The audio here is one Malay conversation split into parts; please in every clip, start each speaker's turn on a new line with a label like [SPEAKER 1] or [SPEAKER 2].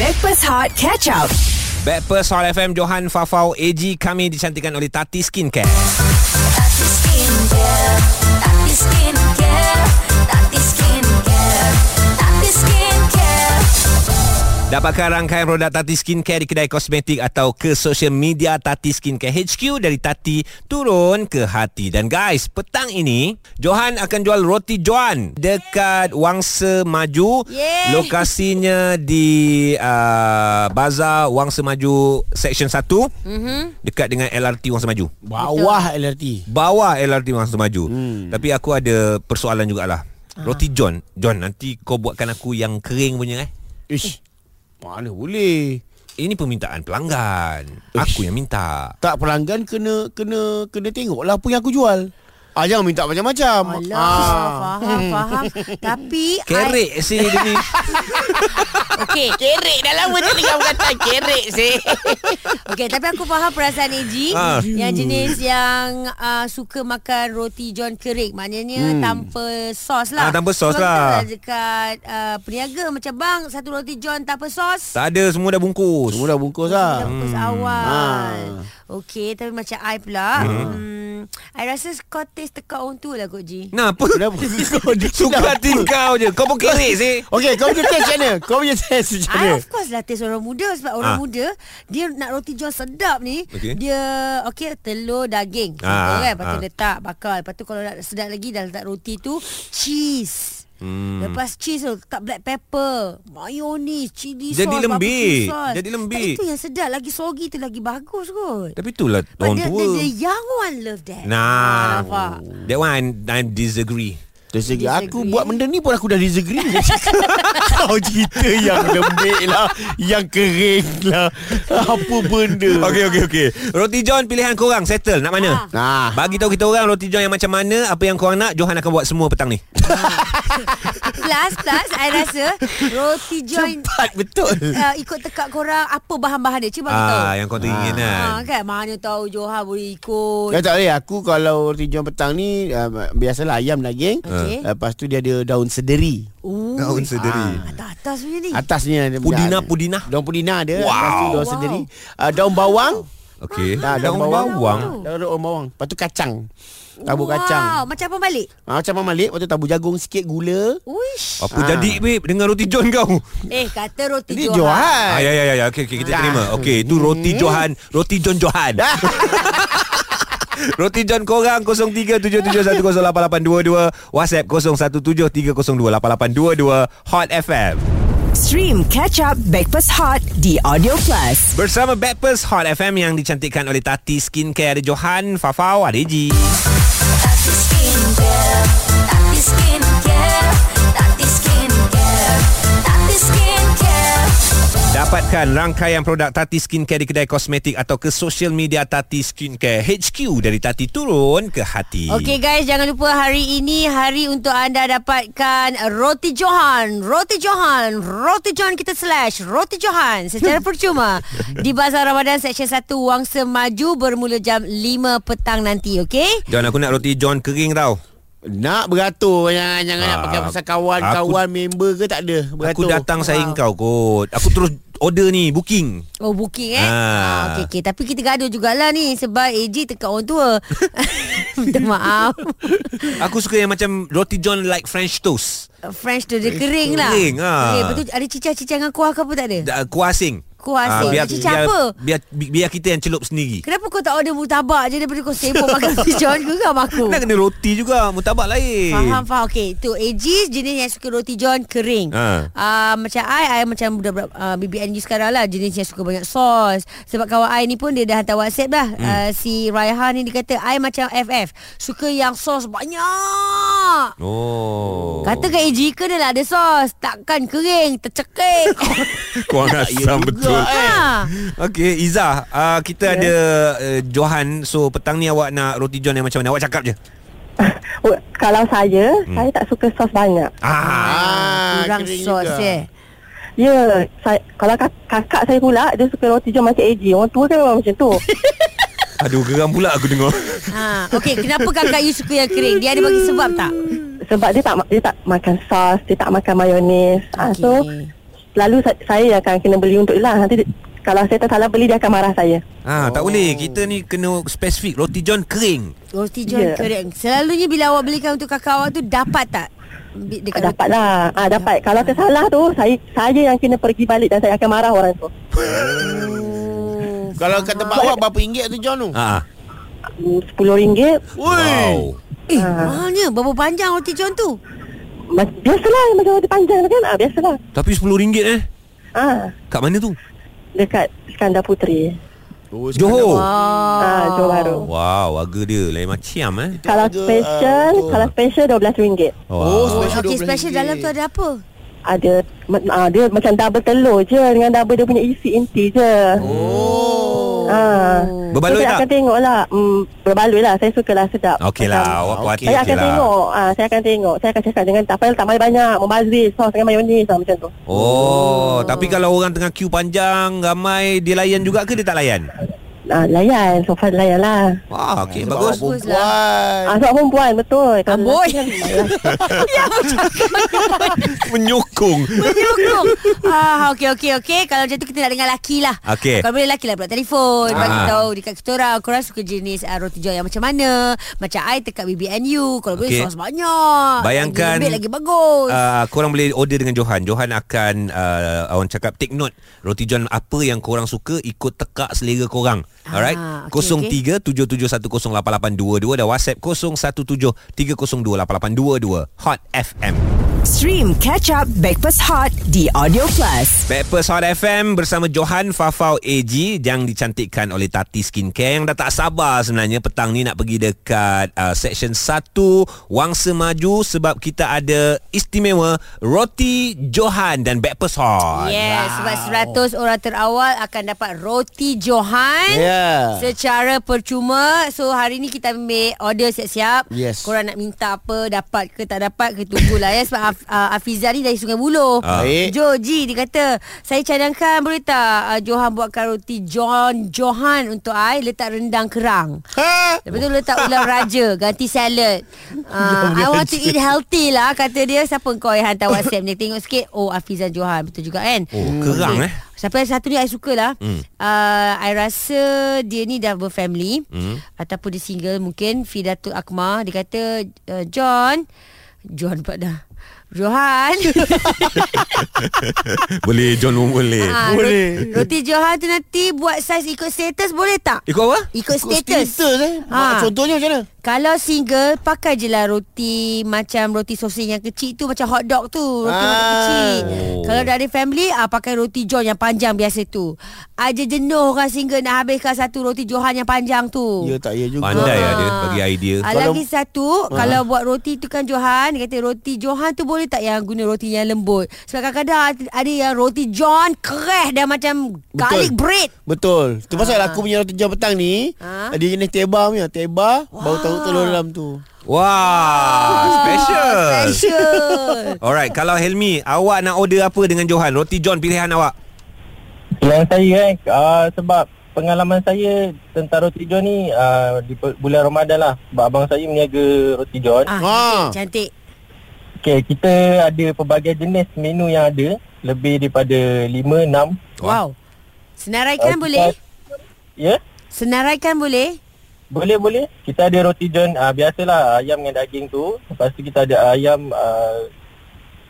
[SPEAKER 1] Backpass Hot Catch Up.
[SPEAKER 2] Backpers Hot FM Johan Fafau AG kami dicantikkan oleh Tati Skincare.
[SPEAKER 3] Tati Skincare, Tati Skincare, Tati Skincare, Tati Skincare.
[SPEAKER 2] Dapatkan rangkaian produk Tati Skincare di kedai kosmetik atau ke social media Tati Skincare HQ dari Tati turun ke hati. Dan guys, petang ini Johan akan jual roti Johan dekat Wangsa Maju.
[SPEAKER 4] Yeay.
[SPEAKER 2] Lokasinya di uh, Bazar Wangsa Maju Section 1 mm-hmm. dekat dengan LRT Wangsa Maju.
[SPEAKER 5] Bawah LRT
[SPEAKER 2] bawah LRT Mangsa Maju. Hmm. Tapi aku ada persoalan jugalah.
[SPEAKER 4] Ah.
[SPEAKER 2] Roti John, John nanti kau buatkan aku yang kering punya eh.
[SPEAKER 5] Ish Mana boleh
[SPEAKER 2] Ini permintaan pelanggan. Aku yang minta.
[SPEAKER 5] Tak pelanggan kena Kena Kena tengok lah apa yang aku jual Ah, jangan minta macam-macam.
[SPEAKER 4] Alah,
[SPEAKER 5] Ah.
[SPEAKER 4] faham, faham. Tapi I,
[SPEAKER 2] Kerek sini demi.
[SPEAKER 4] okay.
[SPEAKER 6] Kerek dah lama tak dengar perkataan kerek sih.
[SPEAKER 4] okay, tapi aku faham perasaan Eji
[SPEAKER 2] Ah.
[SPEAKER 4] yang jenis yang uh, suka makan roti john kering. Maknanya tanpa sos lah.
[SPEAKER 2] Hmm. Ah, tanpa sos
[SPEAKER 4] Sebab
[SPEAKER 2] lah.
[SPEAKER 4] kita Dekat uh, peniaga macam bang satu roti john tanpa sos.
[SPEAKER 2] tak ada semua dah bungkus.
[SPEAKER 5] Semua dah bungkus
[SPEAKER 4] Dah
[SPEAKER 2] Hmm.
[SPEAKER 5] lah.
[SPEAKER 4] fokus awal
[SPEAKER 2] Ah.
[SPEAKER 4] Okay Tapi macam I pula hmm. I rasa kau taste tekak orang tua lah Kok Ji
[SPEAKER 2] Nah, apa?
[SPEAKER 5] Kenapa kau dia
[SPEAKER 2] Suka hati kau je. Kau pun kerek sih.
[SPEAKER 5] Okey, kau punya test macam mana? Kau punya test
[SPEAKER 4] I
[SPEAKER 5] macam mana?
[SPEAKER 4] of course lah taste orang muda Sebab orang
[SPEAKER 2] Ah.
[SPEAKER 4] muda Dia nak roti john sedap ni
[SPEAKER 2] Okey.
[SPEAKER 4] Dia Okay telur daging
[SPEAKER 2] Ah,
[SPEAKER 4] Contoh kan Lepas tu
[SPEAKER 2] ah.
[SPEAKER 4] letak bakar Lepas tu kalau nak sedap lagi Dah letak roti tu Cheese Hmm. Lepas cheese tu Letak black pepper Mayonis Chili sauce
[SPEAKER 2] Jadi
[SPEAKER 4] barbecue
[SPEAKER 2] lembik.
[SPEAKER 4] sauce.
[SPEAKER 2] Jadi lembik.
[SPEAKER 4] Tak, Itu yang sedap Lagi soggy tu lagi bagus kot
[SPEAKER 2] Tapi itulah
[SPEAKER 4] But
[SPEAKER 2] orang
[SPEAKER 4] the,
[SPEAKER 2] tua.
[SPEAKER 4] the, the young one love that Ah,
[SPEAKER 2] Nah.
[SPEAKER 4] Nampak
[SPEAKER 2] That one I, I disagree.
[SPEAKER 5] Dari segi aku
[SPEAKER 4] Disagree.
[SPEAKER 5] buat benda ni pun aku dah disagree dengan cakap. Kau cerita yang lembik lah Yang kering lah Apa benda
[SPEAKER 2] Okey okey okey. Roti John pilihan korang settle nak mana?
[SPEAKER 5] Ah.
[SPEAKER 2] Bagi tahu kita orang roti John yang macam mana, apa yang korang nak, Johan akan buat semua petang ni.
[SPEAKER 4] Plus plus I rasa Roti joint
[SPEAKER 5] Cepat betul
[SPEAKER 4] uh, ikut tekak korang apa bahan-bahan dia cuba bagi tahu.
[SPEAKER 2] Ah, yang kau teringin
[SPEAKER 4] Ha,
[SPEAKER 2] kan.
[SPEAKER 4] kan mana tahu Johan boleh ikut.
[SPEAKER 5] Ya, tak boleh aku kalau roti john petang ni uh, biasalah ayam daging
[SPEAKER 4] Okey.
[SPEAKER 5] Eh? lepas tu dia ada daun sederi
[SPEAKER 4] Ooh,
[SPEAKER 5] Oh.
[SPEAKER 2] Daun sederi.
[SPEAKER 4] atas punya ni.
[SPEAKER 5] atasnya ada
[SPEAKER 2] Pudina, pudina.
[SPEAKER 5] daun pudina ada
[SPEAKER 2] Wow.
[SPEAKER 5] lepas tu daun
[SPEAKER 4] Wow.
[SPEAKER 5] sederi uh, daun bawang
[SPEAKER 2] Okey.
[SPEAKER 5] Ah,
[SPEAKER 2] Daun bawang.
[SPEAKER 5] daun, daun bawang lepas tu kacang tabur
[SPEAKER 4] Wow,
[SPEAKER 5] kacang
[SPEAKER 4] macam apa balik?
[SPEAKER 5] Ah, macam Mak Malik Lepas tu tabur jagung sikit Gula
[SPEAKER 4] Uish.
[SPEAKER 2] Apa
[SPEAKER 5] Ah.
[SPEAKER 2] jadi babe dengan roti John kau?
[SPEAKER 4] Eh, kata roti
[SPEAKER 5] Ini
[SPEAKER 4] Johan.
[SPEAKER 2] Ah, ya
[SPEAKER 5] Johan
[SPEAKER 2] ya ya ya. Okey okey kita
[SPEAKER 5] Ah.
[SPEAKER 2] terima. Okey itu roti Johan, roti John Johan. Roti John korang 0377108822 WhatsApp 0173028822 Hot FM
[SPEAKER 1] Stream Catch Up Backpass Hot di Audio Plus.
[SPEAKER 2] Bersama Backpers Hot FM yang dicantikkan oleh Tati Skincare Ada Johan, Fafau, ada Eji
[SPEAKER 3] Tati Skincare, Tati Skincare, Tati Skincare, Tati Skincare.
[SPEAKER 2] Dapatkan rangkaian produk Tati Skincare di kedai kosmetik atau ke social media Tati Skincare HQ dari Tati turun ke hati.
[SPEAKER 4] Okey guys, jangan lupa hari ini hari untuk anda dapatkan roti Johan, roti Johan, roti Johan kita slash roti Johan secara percuma di Bazar Ramadan Seksyen 1 Wangsa Maju bermula jam 5 petang nanti, okey?
[SPEAKER 2] John aku nak roti John kering tau.
[SPEAKER 5] Nak beratur Jangan jangan nak
[SPEAKER 2] Ah,
[SPEAKER 5] pakai pasal kawan-kawan Member ke tak ada
[SPEAKER 2] Aku
[SPEAKER 5] Beratur
[SPEAKER 2] datang
[SPEAKER 4] Wow.
[SPEAKER 2] sayang kau kot. Aku terus order ni booking.
[SPEAKER 4] Oh booking eh
[SPEAKER 2] Ah.
[SPEAKER 4] ah. okay, okay. Tapi kita gaduh jugalah ni Sebab AJ tekan orang tua Minta maaf
[SPEAKER 2] Aku suka yang macam roti John like French toast.
[SPEAKER 4] French tu dia kering lah
[SPEAKER 2] Kering, ah.
[SPEAKER 4] okay, Lepas tu ada cicah-cicah dengan kuah ke apa tak ada?
[SPEAKER 2] Da- Kuah asing.
[SPEAKER 4] Kuah asing.
[SPEAKER 2] Ah, biar,
[SPEAKER 4] Cicah
[SPEAKER 2] biar,
[SPEAKER 4] apa?
[SPEAKER 2] Biar, bi- biar kita yang celup sendiri.
[SPEAKER 4] Kenapa kau tak order mutabak je Daripada kau sibuk makan pijon ke kau aku
[SPEAKER 2] Nak kena roti juga. Mutabak lain.
[SPEAKER 4] Faham faham Okey tu Aegis jenis yang suka roti john kering
[SPEAKER 2] Ha.
[SPEAKER 4] ha. uh, Macam I I macam budak uh, BBNG sekarang lah Jenis yang suka banyak sos Sebab kawan I ni pun Dia dah hantar whatsapp lah hmm. uh, Si Raihan ni dia kata I macam FF Suka yang sos banyak
[SPEAKER 2] Oh.
[SPEAKER 4] Kata kat AG ke dia lah ada sos Takkan kering Tercekik
[SPEAKER 2] Kuah asam betul.
[SPEAKER 4] ha.
[SPEAKER 2] Okey Izzah uh,
[SPEAKER 4] Ya.
[SPEAKER 2] Kita yeah. ada uh, Johan So petang ni awak nak roti John yang macam mana Awak cakap je
[SPEAKER 7] Oh, kalau saya, hmm. saya tak suka sos banyak.
[SPEAKER 2] Ah,
[SPEAKER 5] Ah,
[SPEAKER 4] Kurang
[SPEAKER 5] kering
[SPEAKER 4] sos
[SPEAKER 5] juga.
[SPEAKER 4] eh
[SPEAKER 7] Ya, saya, kalau kak, kakak saya pula, dia suka roti john macam AJ. Orang tua kan memang macam tu.
[SPEAKER 2] Aduh geram pula aku dengar
[SPEAKER 4] ha. Okey kenapa kakak you suka yang kering Dia ada bagi sebab tak
[SPEAKER 7] Ah, Sebab dia tak ma- dia tak makan sos, dia tak makan mayonis. Okay. Ha, so, selalu sa- saya yang akan kena beli untuk Ila. Nanti di- kalau saya tak salah beli dia akan marah saya.
[SPEAKER 2] Ah, tak boleh. Kita ni kena spesifik. Roti John kering.
[SPEAKER 4] Roti John yeah.
[SPEAKER 7] Ya.
[SPEAKER 4] kering. Selalunya bila awak belikan untuk kakak awak tu dapat tak? Bi- Dekat
[SPEAKER 7] Dapat lah. Ah dapat. Kalau tersalah tu saya saya yang kena pergi balik dan saya akan marah orang tu.
[SPEAKER 4] Oh.
[SPEAKER 5] Kalau kat tempat awak berapa ringgit tu John tu?
[SPEAKER 2] Ah.
[SPEAKER 7] RM10
[SPEAKER 2] Wow.
[SPEAKER 4] Eh,
[SPEAKER 7] Ah.
[SPEAKER 4] mahalnya. Berapa panjang roti John tu?
[SPEAKER 7] Mas- Biasalah macam roti panjang tu kan ah, Biasalah
[SPEAKER 2] Tapi RM10 eh.
[SPEAKER 7] ah,
[SPEAKER 2] Kat mana tu?
[SPEAKER 7] Dekat Skandar Puteri
[SPEAKER 5] Oh,
[SPEAKER 2] Johor.
[SPEAKER 7] oh. ah, Johor Bahru
[SPEAKER 2] Wow, harga dia lain macam eh.
[SPEAKER 7] Kalau
[SPEAKER 5] harga, ah,
[SPEAKER 7] special Kalau special RM12
[SPEAKER 5] Oh,
[SPEAKER 2] Wow.
[SPEAKER 5] special
[SPEAKER 4] Okey,
[SPEAKER 5] RM12.
[SPEAKER 4] special dalam tu ada apa?
[SPEAKER 7] Ada ah, Dia macam double telur je Dengan double dia punya isi inti je
[SPEAKER 4] Oh.
[SPEAKER 7] ah.
[SPEAKER 2] Berbaloi
[SPEAKER 7] so, saya
[SPEAKER 2] tak?
[SPEAKER 7] akan tengok lah mm, Berbaloi lah Saya suka lah sedap
[SPEAKER 2] Okey lah, awak kuat hati
[SPEAKER 7] saya
[SPEAKER 2] okey
[SPEAKER 7] akan
[SPEAKER 2] lah.
[SPEAKER 7] tengok ah, Saya akan tengok Saya akan cakap dengan Tak payah tak banyak Membazir Sos dengan mayonis lah, Macam tu
[SPEAKER 2] Oh, tapi kalau orang tengah queue panjang, ramai, dia layan juga ke dia tak layan?
[SPEAKER 7] ah, Layan So far layan lah
[SPEAKER 2] Wah, okey,
[SPEAKER 5] Sebab
[SPEAKER 2] bagus.
[SPEAKER 5] awak
[SPEAKER 4] lah.
[SPEAKER 5] perempuan.
[SPEAKER 7] ah, Sebab perempuan betul Kalau
[SPEAKER 4] Amboi.
[SPEAKER 7] lelaki kan,
[SPEAKER 2] Menyokong.
[SPEAKER 4] Menyokong. ah, okey, okey, okey. Kalau macam tu kita nak dengar laki lah.
[SPEAKER 2] Okey.
[SPEAKER 4] Kalau boleh laki lah pula telefon.
[SPEAKER 2] Ah.
[SPEAKER 4] Bagi tahu dekat kita orang. Korang suka jenis uh, roti john yang macam mana. Macam I dekat BBNU. Kalau boleh
[SPEAKER 2] Okey.
[SPEAKER 4] sos banyak. Lagi
[SPEAKER 2] Bayangkan
[SPEAKER 4] lembik, lagi bagus.
[SPEAKER 2] Uh, korang boleh order dengan Johan Johan akan uh, Orang cakap Take note Roti John apa yang korang suka Ikut tekak selera korang
[SPEAKER 4] Ah,
[SPEAKER 2] Alright
[SPEAKER 4] okey,
[SPEAKER 2] 03-771088822 Dan WhatsApp 0173028822 Hot FM
[SPEAKER 1] Stream Catch Up Backpass Hot di Audio Plus.
[SPEAKER 2] Backpast Hot FM bersama Johan Fafau AG yang dicantikkan oleh Tati Skincare yang dah tak sabar sebenarnya petang ni nak pergi dekat uh, section 1 Wangsa Maju sebab kita ada istimewa Roti Johan dan Backpast Hot.
[SPEAKER 4] Yes, sebab 100 orang terawal akan dapat roti Johan.
[SPEAKER 5] Yeah.
[SPEAKER 4] Secara percuma. So hari ni kita ambil order siap-siap.
[SPEAKER 5] Yes.
[SPEAKER 4] Korang nak minta apa, dapat ke tak dapat ke tunggulah ya sebab Af, uh, Afiza ni dari Sungai Buloh.
[SPEAKER 2] Ah.
[SPEAKER 5] Baik.
[SPEAKER 4] Joji dia kata, "Saya cadangkan boleh tak uh, Johan buatkan roti John Johan untuk I letak rendang kerang."
[SPEAKER 5] Ha?
[SPEAKER 4] Lepas tu letak ulam raja Ganti salad uh, I want to eat healthy lah Kata dia Siapa kau yang hantar whatsapp ni Tengok sikit Oh Afizan Johan Betul juga kan
[SPEAKER 2] Oh, kerang eh.
[SPEAKER 4] Siapa yang satu ni I suka lah mm. uh, I rasa Dia ni dah berfamily mm. Ataupun dia single mungkin Fidatul Akmal Dia kata uh, John John pula dah Johan
[SPEAKER 2] boleh John pun boleh.
[SPEAKER 4] Ah, roti, roti Johan tu nanti Buat saiz ikut status Boleh tak?
[SPEAKER 2] Ikut apa?
[SPEAKER 4] Ikut status
[SPEAKER 5] Status eh.
[SPEAKER 4] Ah.
[SPEAKER 5] Ha. Contohnya macam mana?
[SPEAKER 4] Kalau single Pakai je lah roti Macam roti sosis yang kecil tu Macam hot dog tu Roti ah.
[SPEAKER 5] Ah.
[SPEAKER 4] kecil
[SPEAKER 2] Oh.
[SPEAKER 4] Kalau dah ada family ah, Pakai roti john yang panjang biasa tu Aja jenuh orang single Nak habiskan satu roti johan yang panjang tu
[SPEAKER 5] Ya tak ya juga.
[SPEAKER 2] Pandai
[SPEAKER 4] Ah.
[SPEAKER 2] lah dia bagi idea.
[SPEAKER 4] Ah,
[SPEAKER 5] Kalau-
[SPEAKER 4] lagi satu ha. Kalau buat roti tu kan Johan Dia kata roti Johan tu boleh tak Yang guna roti yang lembut Sebab kadang-kadang Ada yang roti John Kereh dah macam Betul. Garlic bread
[SPEAKER 5] Betul. Tu pasal aku punya roti jam petang ni,
[SPEAKER 4] Ah.
[SPEAKER 5] dia jenis teba punya, teba baru tahu telur dalam tu.
[SPEAKER 2] Wah, special.
[SPEAKER 4] Ah, Special
[SPEAKER 2] Alright, kalau Helmi, awak nak order apa dengan Johan? Roti John pilihan awak.
[SPEAKER 8] Pilihan saya kan uh, Sebab pengalaman saya Tentang roti john ni uh, Di pe- bulan Ramadan lah Sebab abang saya meniaga roti john
[SPEAKER 4] ah,
[SPEAKER 5] Ah.
[SPEAKER 4] Cantik
[SPEAKER 8] Okay kita ada Pelbagai jenis menu yang ada Lebih daripada 5, 6
[SPEAKER 4] Wow Senaraikan Kan boleh
[SPEAKER 8] Ya yeah?
[SPEAKER 4] Senaraikan boleh?
[SPEAKER 8] Boleh boleh Kita ada roti john uh, Biasalah ayam dengan daging tu Lepas tu kita ada ayam uh,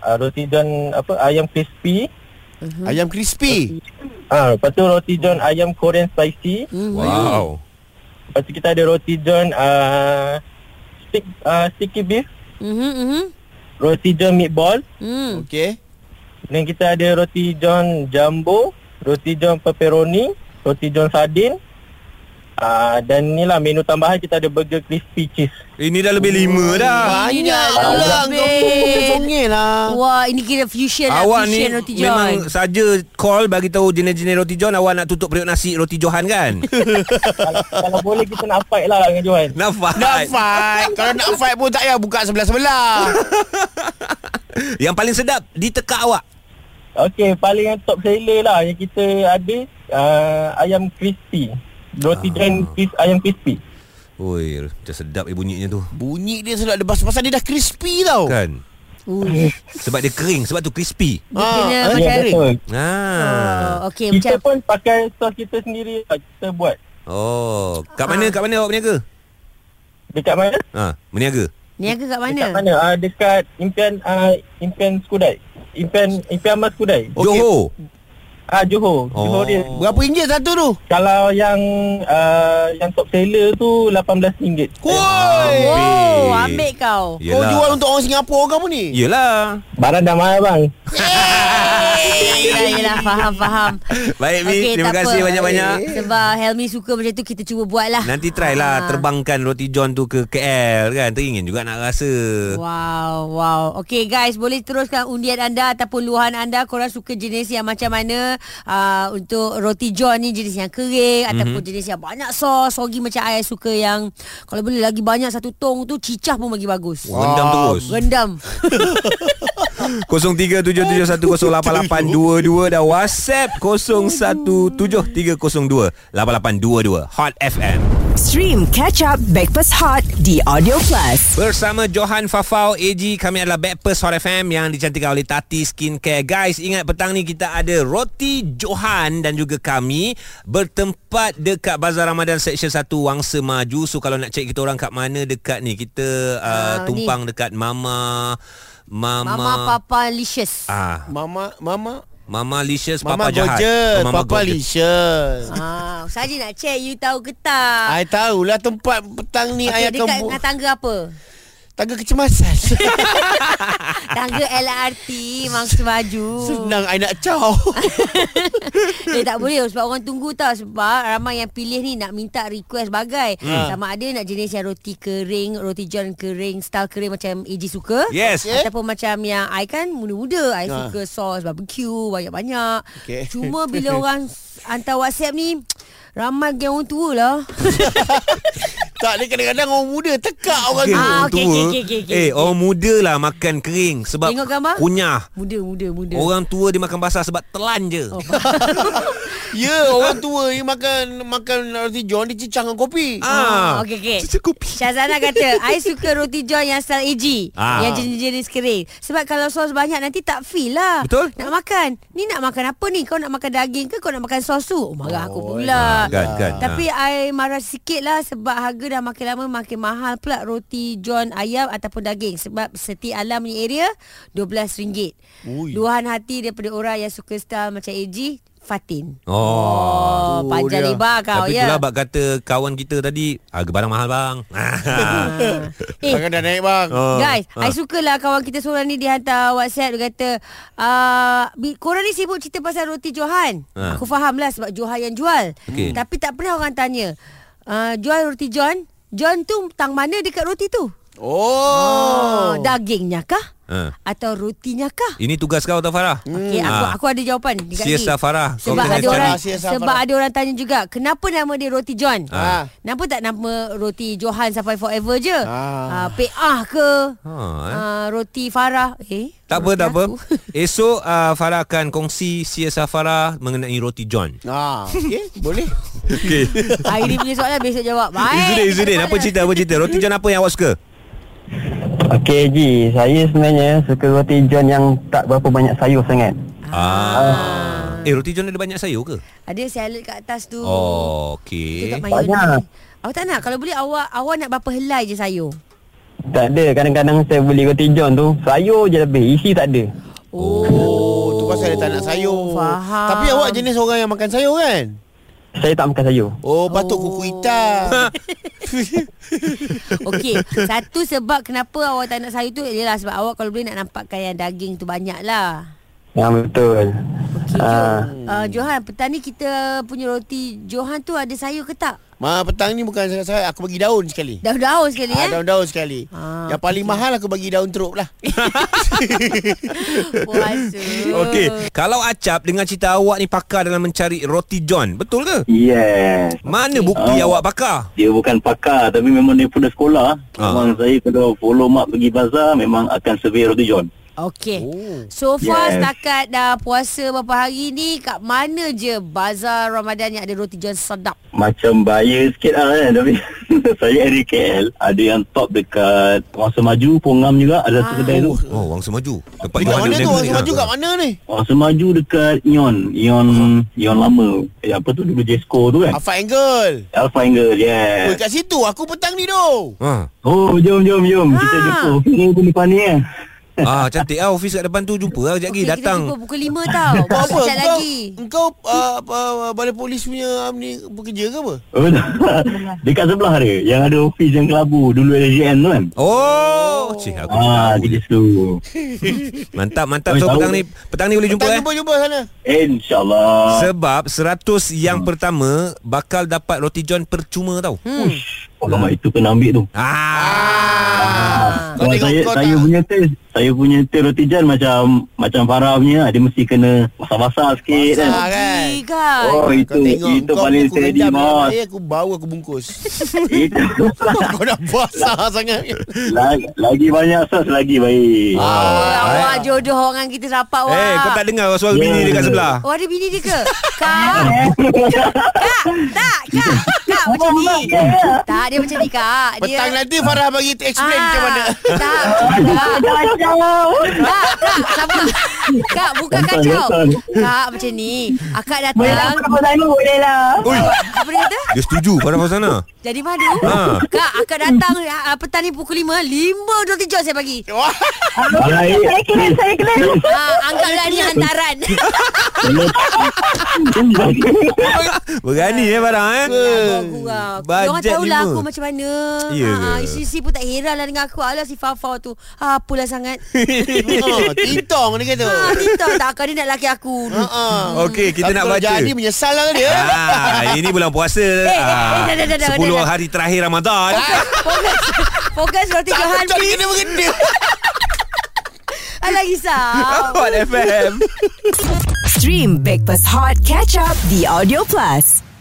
[SPEAKER 8] uh, Roti john apa Ayam crispy
[SPEAKER 4] Hmm.
[SPEAKER 5] Ayam crispy.
[SPEAKER 8] Ah, uh, lepas tu roti john ayam Korean spicy.
[SPEAKER 4] Hmm.
[SPEAKER 2] Wow.
[SPEAKER 8] Lepas tu kita ada roti john uh, stick uh, sticky beef,
[SPEAKER 4] Mhm, mhm.
[SPEAKER 8] roti john meatball,
[SPEAKER 4] Hmm.
[SPEAKER 5] Okey.
[SPEAKER 8] dan kita ada roti john jumbo, roti john pepperoni, roti john sardin. Uh, dan inilah menu tambahan kita ada burger crispy cheese.
[SPEAKER 2] Ini dah lebih lima dah.
[SPEAKER 5] Banyak
[SPEAKER 4] dah
[SPEAKER 5] orang
[SPEAKER 4] lebih.
[SPEAKER 5] kau pun songil lah.
[SPEAKER 4] Wah, ini kira fusion lah.
[SPEAKER 2] Ah. Awak ni
[SPEAKER 4] fusion roti john.
[SPEAKER 2] memang saja call bagi tahu jenis-jenis roti john awak nak tutup periuk nasi roti johan kan?
[SPEAKER 8] kalau, kalau boleh kita nak fight lah dengan Johan.
[SPEAKER 2] Nafas.
[SPEAKER 5] Nak fight Kalau nak fight pun tak payah Buka sebelah-sebelah
[SPEAKER 2] Yang paling sedap di tekak awak.
[SPEAKER 8] Okey, paling yang top seller lah yang kita ada uh, ayam crispy. Roti john cris- ayam crispy.
[SPEAKER 2] Oi, macam sedap eh bunyinya tu.
[SPEAKER 5] Bunyi dia selalu ada Pasal dia dah crispy tau
[SPEAKER 2] Kan?
[SPEAKER 4] Uish.
[SPEAKER 2] Sebab dia kering Sebab tu crispy Ha.
[SPEAKER 4] Dia kena
[SPEAKER 5] Ah,
[SPEAKER 8] Ya
[SPEAKER 4] macam
[SPEAKER 8] betul
[SPEAKER 4] Oh,
[SPEAKER 2] ah.
[SPEAKER 4] Okey
[SPEAKER 8] Kita
[SPEAKER 4] macam
[SPEAKER 8] pun pakai sos kita sendiri lah Kita buat
[SPEAKER 2] Oh Kat
[SPEAKER 4] Ah.
[SPEAKER 2] mana Kat mana awak berniaga
[SPEAKER 8] Dekat mana?
[SPEAKER 2] ha, Berniaga
[SPEAKER 4] Niaga kat mana?
[SPEAKER 8] Dekat mana? Uh, dekat impian uh, impian Skudai Impian Impian Mas Skudai
[SPEAKER 2] okay. Johor
[SPEAKER 8] Ah Johor oh. Johor dia
[SPEAKER 5] Berapa ringgit satu tu?
[SPEAKER 8] Kalau yang uh, Yang top seller tu RM18
[SPEAKER 4] Wow
[SPEAKER 5] Woi.
[SPEAKER 2] Ambil.
[SPEAKER 4] Oh, Ambil kau
[SPEAKER 5] Kau jual untuk orang Singapura kau pun ni?
[SPEAKER 2] Yelah
[SPEAKER 8] Barang dah mahal bang
[SPEAKER 4] Yelah yelah Faham faham
[SPEAKER 2] Baik Mi okay, Terima
[SPEAKER 4] tak
[SPEAKER 2] kasih
[SPEAKER 4] apa.
[SPEAKER 2] banyak-banyak
[SPEAKER 4] Sebab Helmi suka macam tu Kita cuba buat lah
[SPEAKER 2] Nanti try lah
[SPEAKER 4] Ah.
[SPEAKER 2] Terbangkan roti john tu ke KL kan Teringin juga nak rasa
[SPEAKER 4] Wow, wow. Okay guys, boleh teruskan undian anda ataupun luahan anda. Korang suka jenis yang macam mana uh, untuk roti john ni jenis yang kering mm-hmm. ataupun jenis yang banyak sos. Sogi macam I suka yang kalau boleh lagi banyak satu tong tu cicah pun lagi bagus.
[SPEAKER 2] Wow. Rendam terus
[SPEAKER 4] Rendam.
[SPEAKER 2] 0377108822 dan WhatsApp 0173028822 Hot FM.
[SPEAKER 1] Stream Catch Up Backpass Hot di Audio Plus.
[SPEAKER 2] Bersama Johan Fafau AG kami adalah Backpast Hot FM yang dicantikkan oleh Tati Skincare. Guys, ingat petang ni kita ada Roti Johan dan juga kami bertempat dekat Bazar Ramadan Seksyen 1 Wangsa Maju. So kalau nak cek kita orang kat mana dekat ni, kita uh,
[SPEAKER 4] Ah, ni.
[SPEAKER 2] tumpang dekat Mama Mama,
[SPEAKER 4] Mama Papa Licious.
[SPEAKER 2] Ah,
[SPEAKER 5] Mama Mama
[SPEAKER 2] Mama Licious
[SPEAKER 5] Mama
[SPEAKER 2] Papa Jahat.
[SPEAKER 5] Gorgeous
[SPEAKER 2] Oh,
[SPEAKER 5] Papa
[SPEAKER 2] Gorgeous.
[SPEAKER 5] Licious
[SPEAKER 4] Ah, saja nak check you tahu ke tak?
[SPEAKER 5] I tahulah tempat petang ni okay, I
[SPEAKER 4] Okay,
[SPEAKER 5] akan
[SPEAKER 4] dekat
[SPEAKER 5] bu-
[SPEAKER 4] dengan tangga apa?
[SPEAKER 5] Tangga kecemasan
[SPEAKER 4] Tangga LRT Mangsa Maju.
[SPEAKER 5] Senang I nak caw
[SPEAKER 4] Eh tak boleh sebab orang tunggu tau sebab ramai yang pilih ni nak minta request bagai. Hmm. Sama ada nak jenis yang roti kering, roti john kering, style kering macam AJ suka.
[SPEAKER 2] Yes.
[SPEAKER 4] Okay. Ataupun macam yang I kan muda-muda I ha.
[SPEAKER 5] Ah.
[SPEAKER 4] suka sos barbecue banyak-banyak.
[SPEAKER 5] Okay.
[SPEAKER 4] Okay. Cuma bila orang s- hantar WhatsApp ni ramai geng orang tua lah.
[SPEAKER 5] Tak ni kadang-kadang orang muda Tekak orang
[SPEAKER 2] Okay,
[SPEAKER 5] tu
[SPEAKER 4] Ah,
[SPEAKER 2] orang
[SPEAKER 4] okey,
[SPEAKER 2] tua,
[SPEAKER 4] okey, okey, okey, okey.
[SPEAKER 2] Eh orang muda lah makan kering Sebab
[SPEAKER 4] Tengok gambar.
[SPEAKER 2] kunyah
[SPEAKER 4] Muda muda muda.
[SPEAKER 2] Orang tua dia makan basah sebab telan je oh.
[SPEAKER 5] Ya yeah, orang tua ni makan Makan roti john Dia cicah dengan kopi
[SPEAKER 2] ah.
[SPEAKER 4] Okey okey.
[SPEAKER 2] Cicah kopi
[SPEAKER 4] Syazana kata I suka roti john yang style AG
[SPEAKER 2] Ah.
[SPEAKER 4] ah. Yang jenis-jenis kering Sebab kalau sos banyak Nanti tak feel lah
[SPEAKER 2] Betul.
[SPEAKER 4] Nak makan Ni nak makan apa ni Kau nak makan daging ke Kau nak makan sos tu oh, Marah aku pula
[SPEAKER 2] Kan kan
[SPEAKER 4] Tapi I marah sikit lah Sebab harga dah makin lama Makin mahal pula Roti john ayam Ataupun daging Sebab seti alam ni area RM12
[SPEAKER 5] Ui.
[SPEAKER 4] Luahan hati daripada orang Yang suka style macam AG Fatin
[SPEAKER 2] ah. Oh
[SPEAKER 4] Oh, panjang
[SPEAKER 5] dia.
[SPEAKER 4] lebar kau
[SPEAKER 2] Tapi
[SPEAKER 4] ya
[SPEAKER 2] itulah bak kata kawan kita tadi Harga barang mahal bang
[SPEAKER 4] Ah. Eh
[SPEAKER 5] Makan dah naik bang
[SPEAKER 2] oh.
[SPEAKER 4] Guys, ha. I sukalah kawan kita seorang ni dia hantar WhatsApp dia kata, "Ah, bi- korang ni sibuk cerita pasal roti Johan." Ha.
[SPEAKER 2] Ah.
[SPEAKER 4] Aku fahamlah sebab Johan yang jual. Hmm.
[SPEAKER 2] Okey.
[SPEAKER 4] Tapi tak pernah orang tanya, "Ah, jual roti John? John tu tang mana dekat roti tu?" Ah,
[SPEAKER 5] Oh,
[SPEAKER 4] dagingnya kah?
[SPEAKER 2] Ah.
[SPEAKER 4] Atau rotinya kah?
[SPEAKER 2] Ini tugas kau tau Farah
[SPEAKER 4] Okey, aku
[SPEAKER 2] Ah.
[SPEAKER 4] aku ada jawapan dekat ni.
[SPEAKER 2] CSR Farah Kau
[SPEAKER 4] Hmm. Sebab
[SPEAKER 2] kena
[SPEAKER 4] ada
[SPEAKER 2] cari.
[SPEAKER 4] orang
[SPEAKER 5] Farah, CSR
[SPEAKER 4] sebab
[SPEAKER 5] Farah.
[SPEAKER 4] ada orang tanya juga, kenapa nama dia roti John? Ha.
[SPEAKER 5] Ah.
[SPEAKER 4] Kenapa tak nama roti Johan sampai forever je? Ah.
[SPEAKER 5] Ah.
[SPEAKER 4] PA ke?
[SPEAKER 2] Ha,
[SPEAKER 4] Ha,
[SPEAKER 2] eh.
[SPEAKER 4] ah, roti Farah. Eh.
[SPEAKER 2] Tak apa
[SPEAKER 4] roti
[SPEAKER 2] tak apa
[SPEAKER 4] aku.
[SPEAKER 2] Esok uh, Farah akan kongsi CSR Farah Mengenai roti john
[SPEAKER 5] Ah, okay, boleh.
[SPEAKER 2] Okay
[SPEAKER 4] Hari ni Ah, punya soalan besok jawab. Eh, Baik.
[SPEAKER 2] Izudin Izudin Apa cerita apa cerita Roti john apa yang awak suka
[SPEAKER 8] Okay Ji Saya sebenarnya Suka roti john yang Tak berapa banyak sayur sangat
[SPEAKER 2] Ah. Eh roti john ada banyak sayur ke?
[SPEAKER 4] Ada salad kat atas tu.
[SPEAKER 2] Oh,
[SPEAKER 4] Kita
[SPEAKER 2] okey.
[SPEAKER 4] tak mayo
[SPEAKER 8] Banyak.
[SPEAKER 4] ni. Awak tak nak Kalau boleh awak Awak nak berapa helai je sayur
[SPEAKER 8] Tak ada Kadang-kadang saya beli roti john tu Sayur je lebih Isi tak ada
[SPEAKER 5] Oh, tu pasal dia tak nak sayur.
[SPEAKER 4] Faham
[SPEAKER 5] Tapi awak jenis orang yang makan sayur kan?
[SPEAKER 8] Saya tak makan sayur
[SPEAKER 5] Oh, patut
[SPEAKER 4] Oh.
[SPEAKER 5] kuku hitam.
[SPEAKER 4] Okey Satu sebab Kenapa awak tak nak sayur tu Ialah sebab awak Kalau boleh nak nampakkan Yang daging tu banyak lah
[SPEAKER 8] Yang betul
[SPEAKER 4] Okey uh. uh, Johan Petang ni kita Punya roti Johan tu ada sayur ke tak
[SPEAKER 5] Ma, petang ni bukan sayur-sayur. Aku bagi daun sekali.
[SPEAKER 4] Daun-daun sekali
[SPEAKER 5] Ah,
[SPEAKER 4] eh
[SPEAKER 5] daun-daun sekali.
[SPEAKER 4] Ah,
[SPEAKER 5] yang paling mahal aku bagi daun teruk lah.
[SPEAKER 2] Eh,
[SPEAKER 4] Puasa
[SPEAKER 2] Okey, kalau acap dengan cerita awak ni pakar dalam mencari roti john, betul ke?
[SPEAKER 9] Yes.
[SPEAKER 2] Mana bukti
[SPEAKER 9] Ah.
[SPEAKER 2] awak pakar?
[SPEAKER 9] Dia bukan pakar tapi memang dia daripada sekolah. Ha.
[SPEAKER 8] Ah.
[SPEAKER 9] Memang saya kalau follow mak pergi bazar memang akan survey roti john.
[SPEAKER 4] Okey.
[SPEAKER 5] Oh.
[SPEAKER 4] So far yes.
[SPEAKER 9] Yes.
[SPEAKER 4] setakat dah puasa beberapa hari ni kat mana je bazar Ramadan yang ada roti john sedap.
[SPEAKER 9] Macam bahaya sikit lah kan tapi
[SPEAKER 8] saya area KL Ada yang top dekat Wangsa Maju Pongam juga Ada satu kedai tu
[SPEAKER 2] Oh, Wang Semaju. Tempat
[SPEAKER 5] Dekat
[SPEAKER 2] Johan
[SPEAKER 5] mana
[SPEAKER 2] ada ni,
[SPEAKER 5] tu? Orang
[SPEAKER 2] ha.
[SPEAKER 5] Semaju kat mana ni?
[SPEAKER 8] Wangsa Maju dekat Ion Ion Ion lama eh, Apa tu dulu Jesco tu kan
[SPEAKER 5] Alpha Angle.
[SPEAKER 8] Alpha Angle yeah.
[SPEAKER 5] Weh, kat situ aku petang ni tu.
[SPEAKER 2] Ha.
[SPEAKER 8] Oh jom jom jom ha. Kita
[SPEAKER 4] Ah.
[SPEAKER 8] jumpa Ni pun depan ni eh
[SPEAKER 2] Ah, cantik ah office kat depan tu jumpa lah kejap lagi
[SPEAKER 4] Okey,
[SPEAKER 2] okay, datang.
[SPEAKER 4] Kita jumpa pukul 5 tau.
[SPEAKER 5] Kau apa?
[SPEAKER 4] Sekejap
[SPEAKER 5] Kau,
[SPEAKER 4] lagi.
[SPEAKER 5] kau uh, uh, balai polis punya um, ni bekerja ke apa?
[SPEAKER 8] Oh, Dekat sebelah dia Yang ada office yang kelabu Dulu LGN tu kan
[SPEAKER 2] Oh, cih aku
[SPEAKER 8] Ah,
[SPEAKER 2] tahu.
[SPEAKER 8] di situ.
[SPEAKER 2] Mantap mantap
[SPEAKER 8] Oi,
[SPEAKER 2] so
[SPEAKER 8] tahu.
[SPEAKER 2] petang ni petang ni boleh jumpa
[SPEAKER 5] Petang
[SPEAKER 2] eh.
[SPEAKER 5] jumpa-jumpa sana.
[SPEAKER 8] InsyaAllah.
[SPEAKER 2] Sebab 100 yang pertama bakal dapat roti john percuma tau.
[SPEAKER 4] Hmm.
[SPEAKER 8] Alamak, itu kena ambil tu.
[SPEAKER 2] Ah.
[SPEAKER 5] Ah.
[SPEAKER 8] Kalau saya, saya punya taste, saya punya taste roti jan macam macam Farah punya. ah, Dia mesti kena basah-basah sikit kan.
[SPEAKER 5] Basah kan.
[SPEAKER 4] Tiga.
[SPEAKER 8] Oh, itu itu paling steady,
[SPEAKER 5] dalam
[SPEAKER 8] bos.
[SPEAKER 5] air, Eh, aku bau aku bungkus.
[SPEAKER 8] Itu.
[SPEAKER 5] kau nak basah sangat. Ah,
[SPEAKER 8] lagi, lagi banyak sos, lagi
[SPEAKER 5] eh.
[SPEAKER 8] baik.
[SPEAKER 4] Oh, awak jodoh orang kita rapat
[SPEAKER 2] Eh,
[SPEAKER 4] awak.
[SPEAKER 2] hey, kau tak dengar suara bini
[SPEAKER 8] Yeah.
[SPEAKER 2] dia kat sebelah.
[SPEAKER 4] Ah, Oh, ada bini dia ke? Kak.
[SPEAKER 5] Eh.
[SPEAKER 4] kak. Tak, kak. Kak macam ni. Tak, dia macam ni, kak. Dia...
[SPEAKER 5] Petang nanti Farah bagi explain
[SPEAKER 4] Ah,
[SPEAKER 5] macam mana.
[SPEAKER 4] Tak, macam ni, kak.
[SPEAKER 7] Kacau.
[SPEAKER 4] Kak, kak, sabar. Kak, bukan
[SPEAKER 8] Santai,
[SPEAKER 4] kacau.
[SPEAKER 8] santai.
[SPEAKER 4] Kak, macam ni. Akak
[SPEAKER 7] Boleh lah,
[SPEAKER 4] datang.
[SPEAKER 7] kau sana boleh lah.
[SPEAKER 2] Ui,
[SPEAKER 4] Apa dia kata?
[SPEAKER 2] dia setuju pada Fauzana.
[SPEAKER 4] Jadi madu.
[SPEAKER 2] Ha.
[SPEAKER 4] Kak, akak datang ah, petang ni pukul 5. 5.27 saya bagi.
[SPEAKER 5] Wah,
[SPEAKER 8] Alright.
[SPEAKER 7] Saya kena, saya kena.
[SPEAKER 4] Ha, anggaplah ni hantaran.
[SPEAKER 2] Berani eh barang eh.
[SPEAKER 4] Ya,
[SPEAKER 2] Bajet
[SPEAKER 4] Orang tahulah
[SPEAKER 2] lima.
[SPEAKER 4] aku macam mana
[SPEAKER 2] Ya
[SPEAKER 4] yeah. ha,
[SPEAKER 2] ke?
[SPEAKER 4] Isi-isi pun tak heran lah dengan aku Alah si Fafa tu ha, Apalah sangat
[SPEAKER 5] oh, tintong dia kata.
[SPEAKER 4] ha, Tintang tak akan dia nak laki aku
[SPEAKER 5] Ha ah.
[SPEAKER 2] Okey, kita
[SPEAKER 5] Tapi
[SPEAKER 2] nak
[SPEAKER 5] kalau
[SPEAKER 2] baca.
[SPEAKER 5] jadi menyesal lah dia.
[SPEAKER 2] Ah, ini bulan puasa.
[SPEAKER 4] eh,
[SPEAKER 2] Ah,
[SPEAKER 4] eh, dah, dah, dah, dah, dah,
[SPEAKER 2] 10
[SPEAKER 4] dah.
[SPEAKER 2] hari terakhir Ramadan.
[SPEAKER 4] Fokus Fokus roti
[SPEAKER 5] Tak
[SPEAKER 4] Johan
[SPEAKER 5] kecuali kena mengena.
[SPEAKER 4] Alah risau
[SPEAKER 2] Hot FM.
[SPEAKER 1] Stream Breakfast Hot Catch Up The Audio Plus.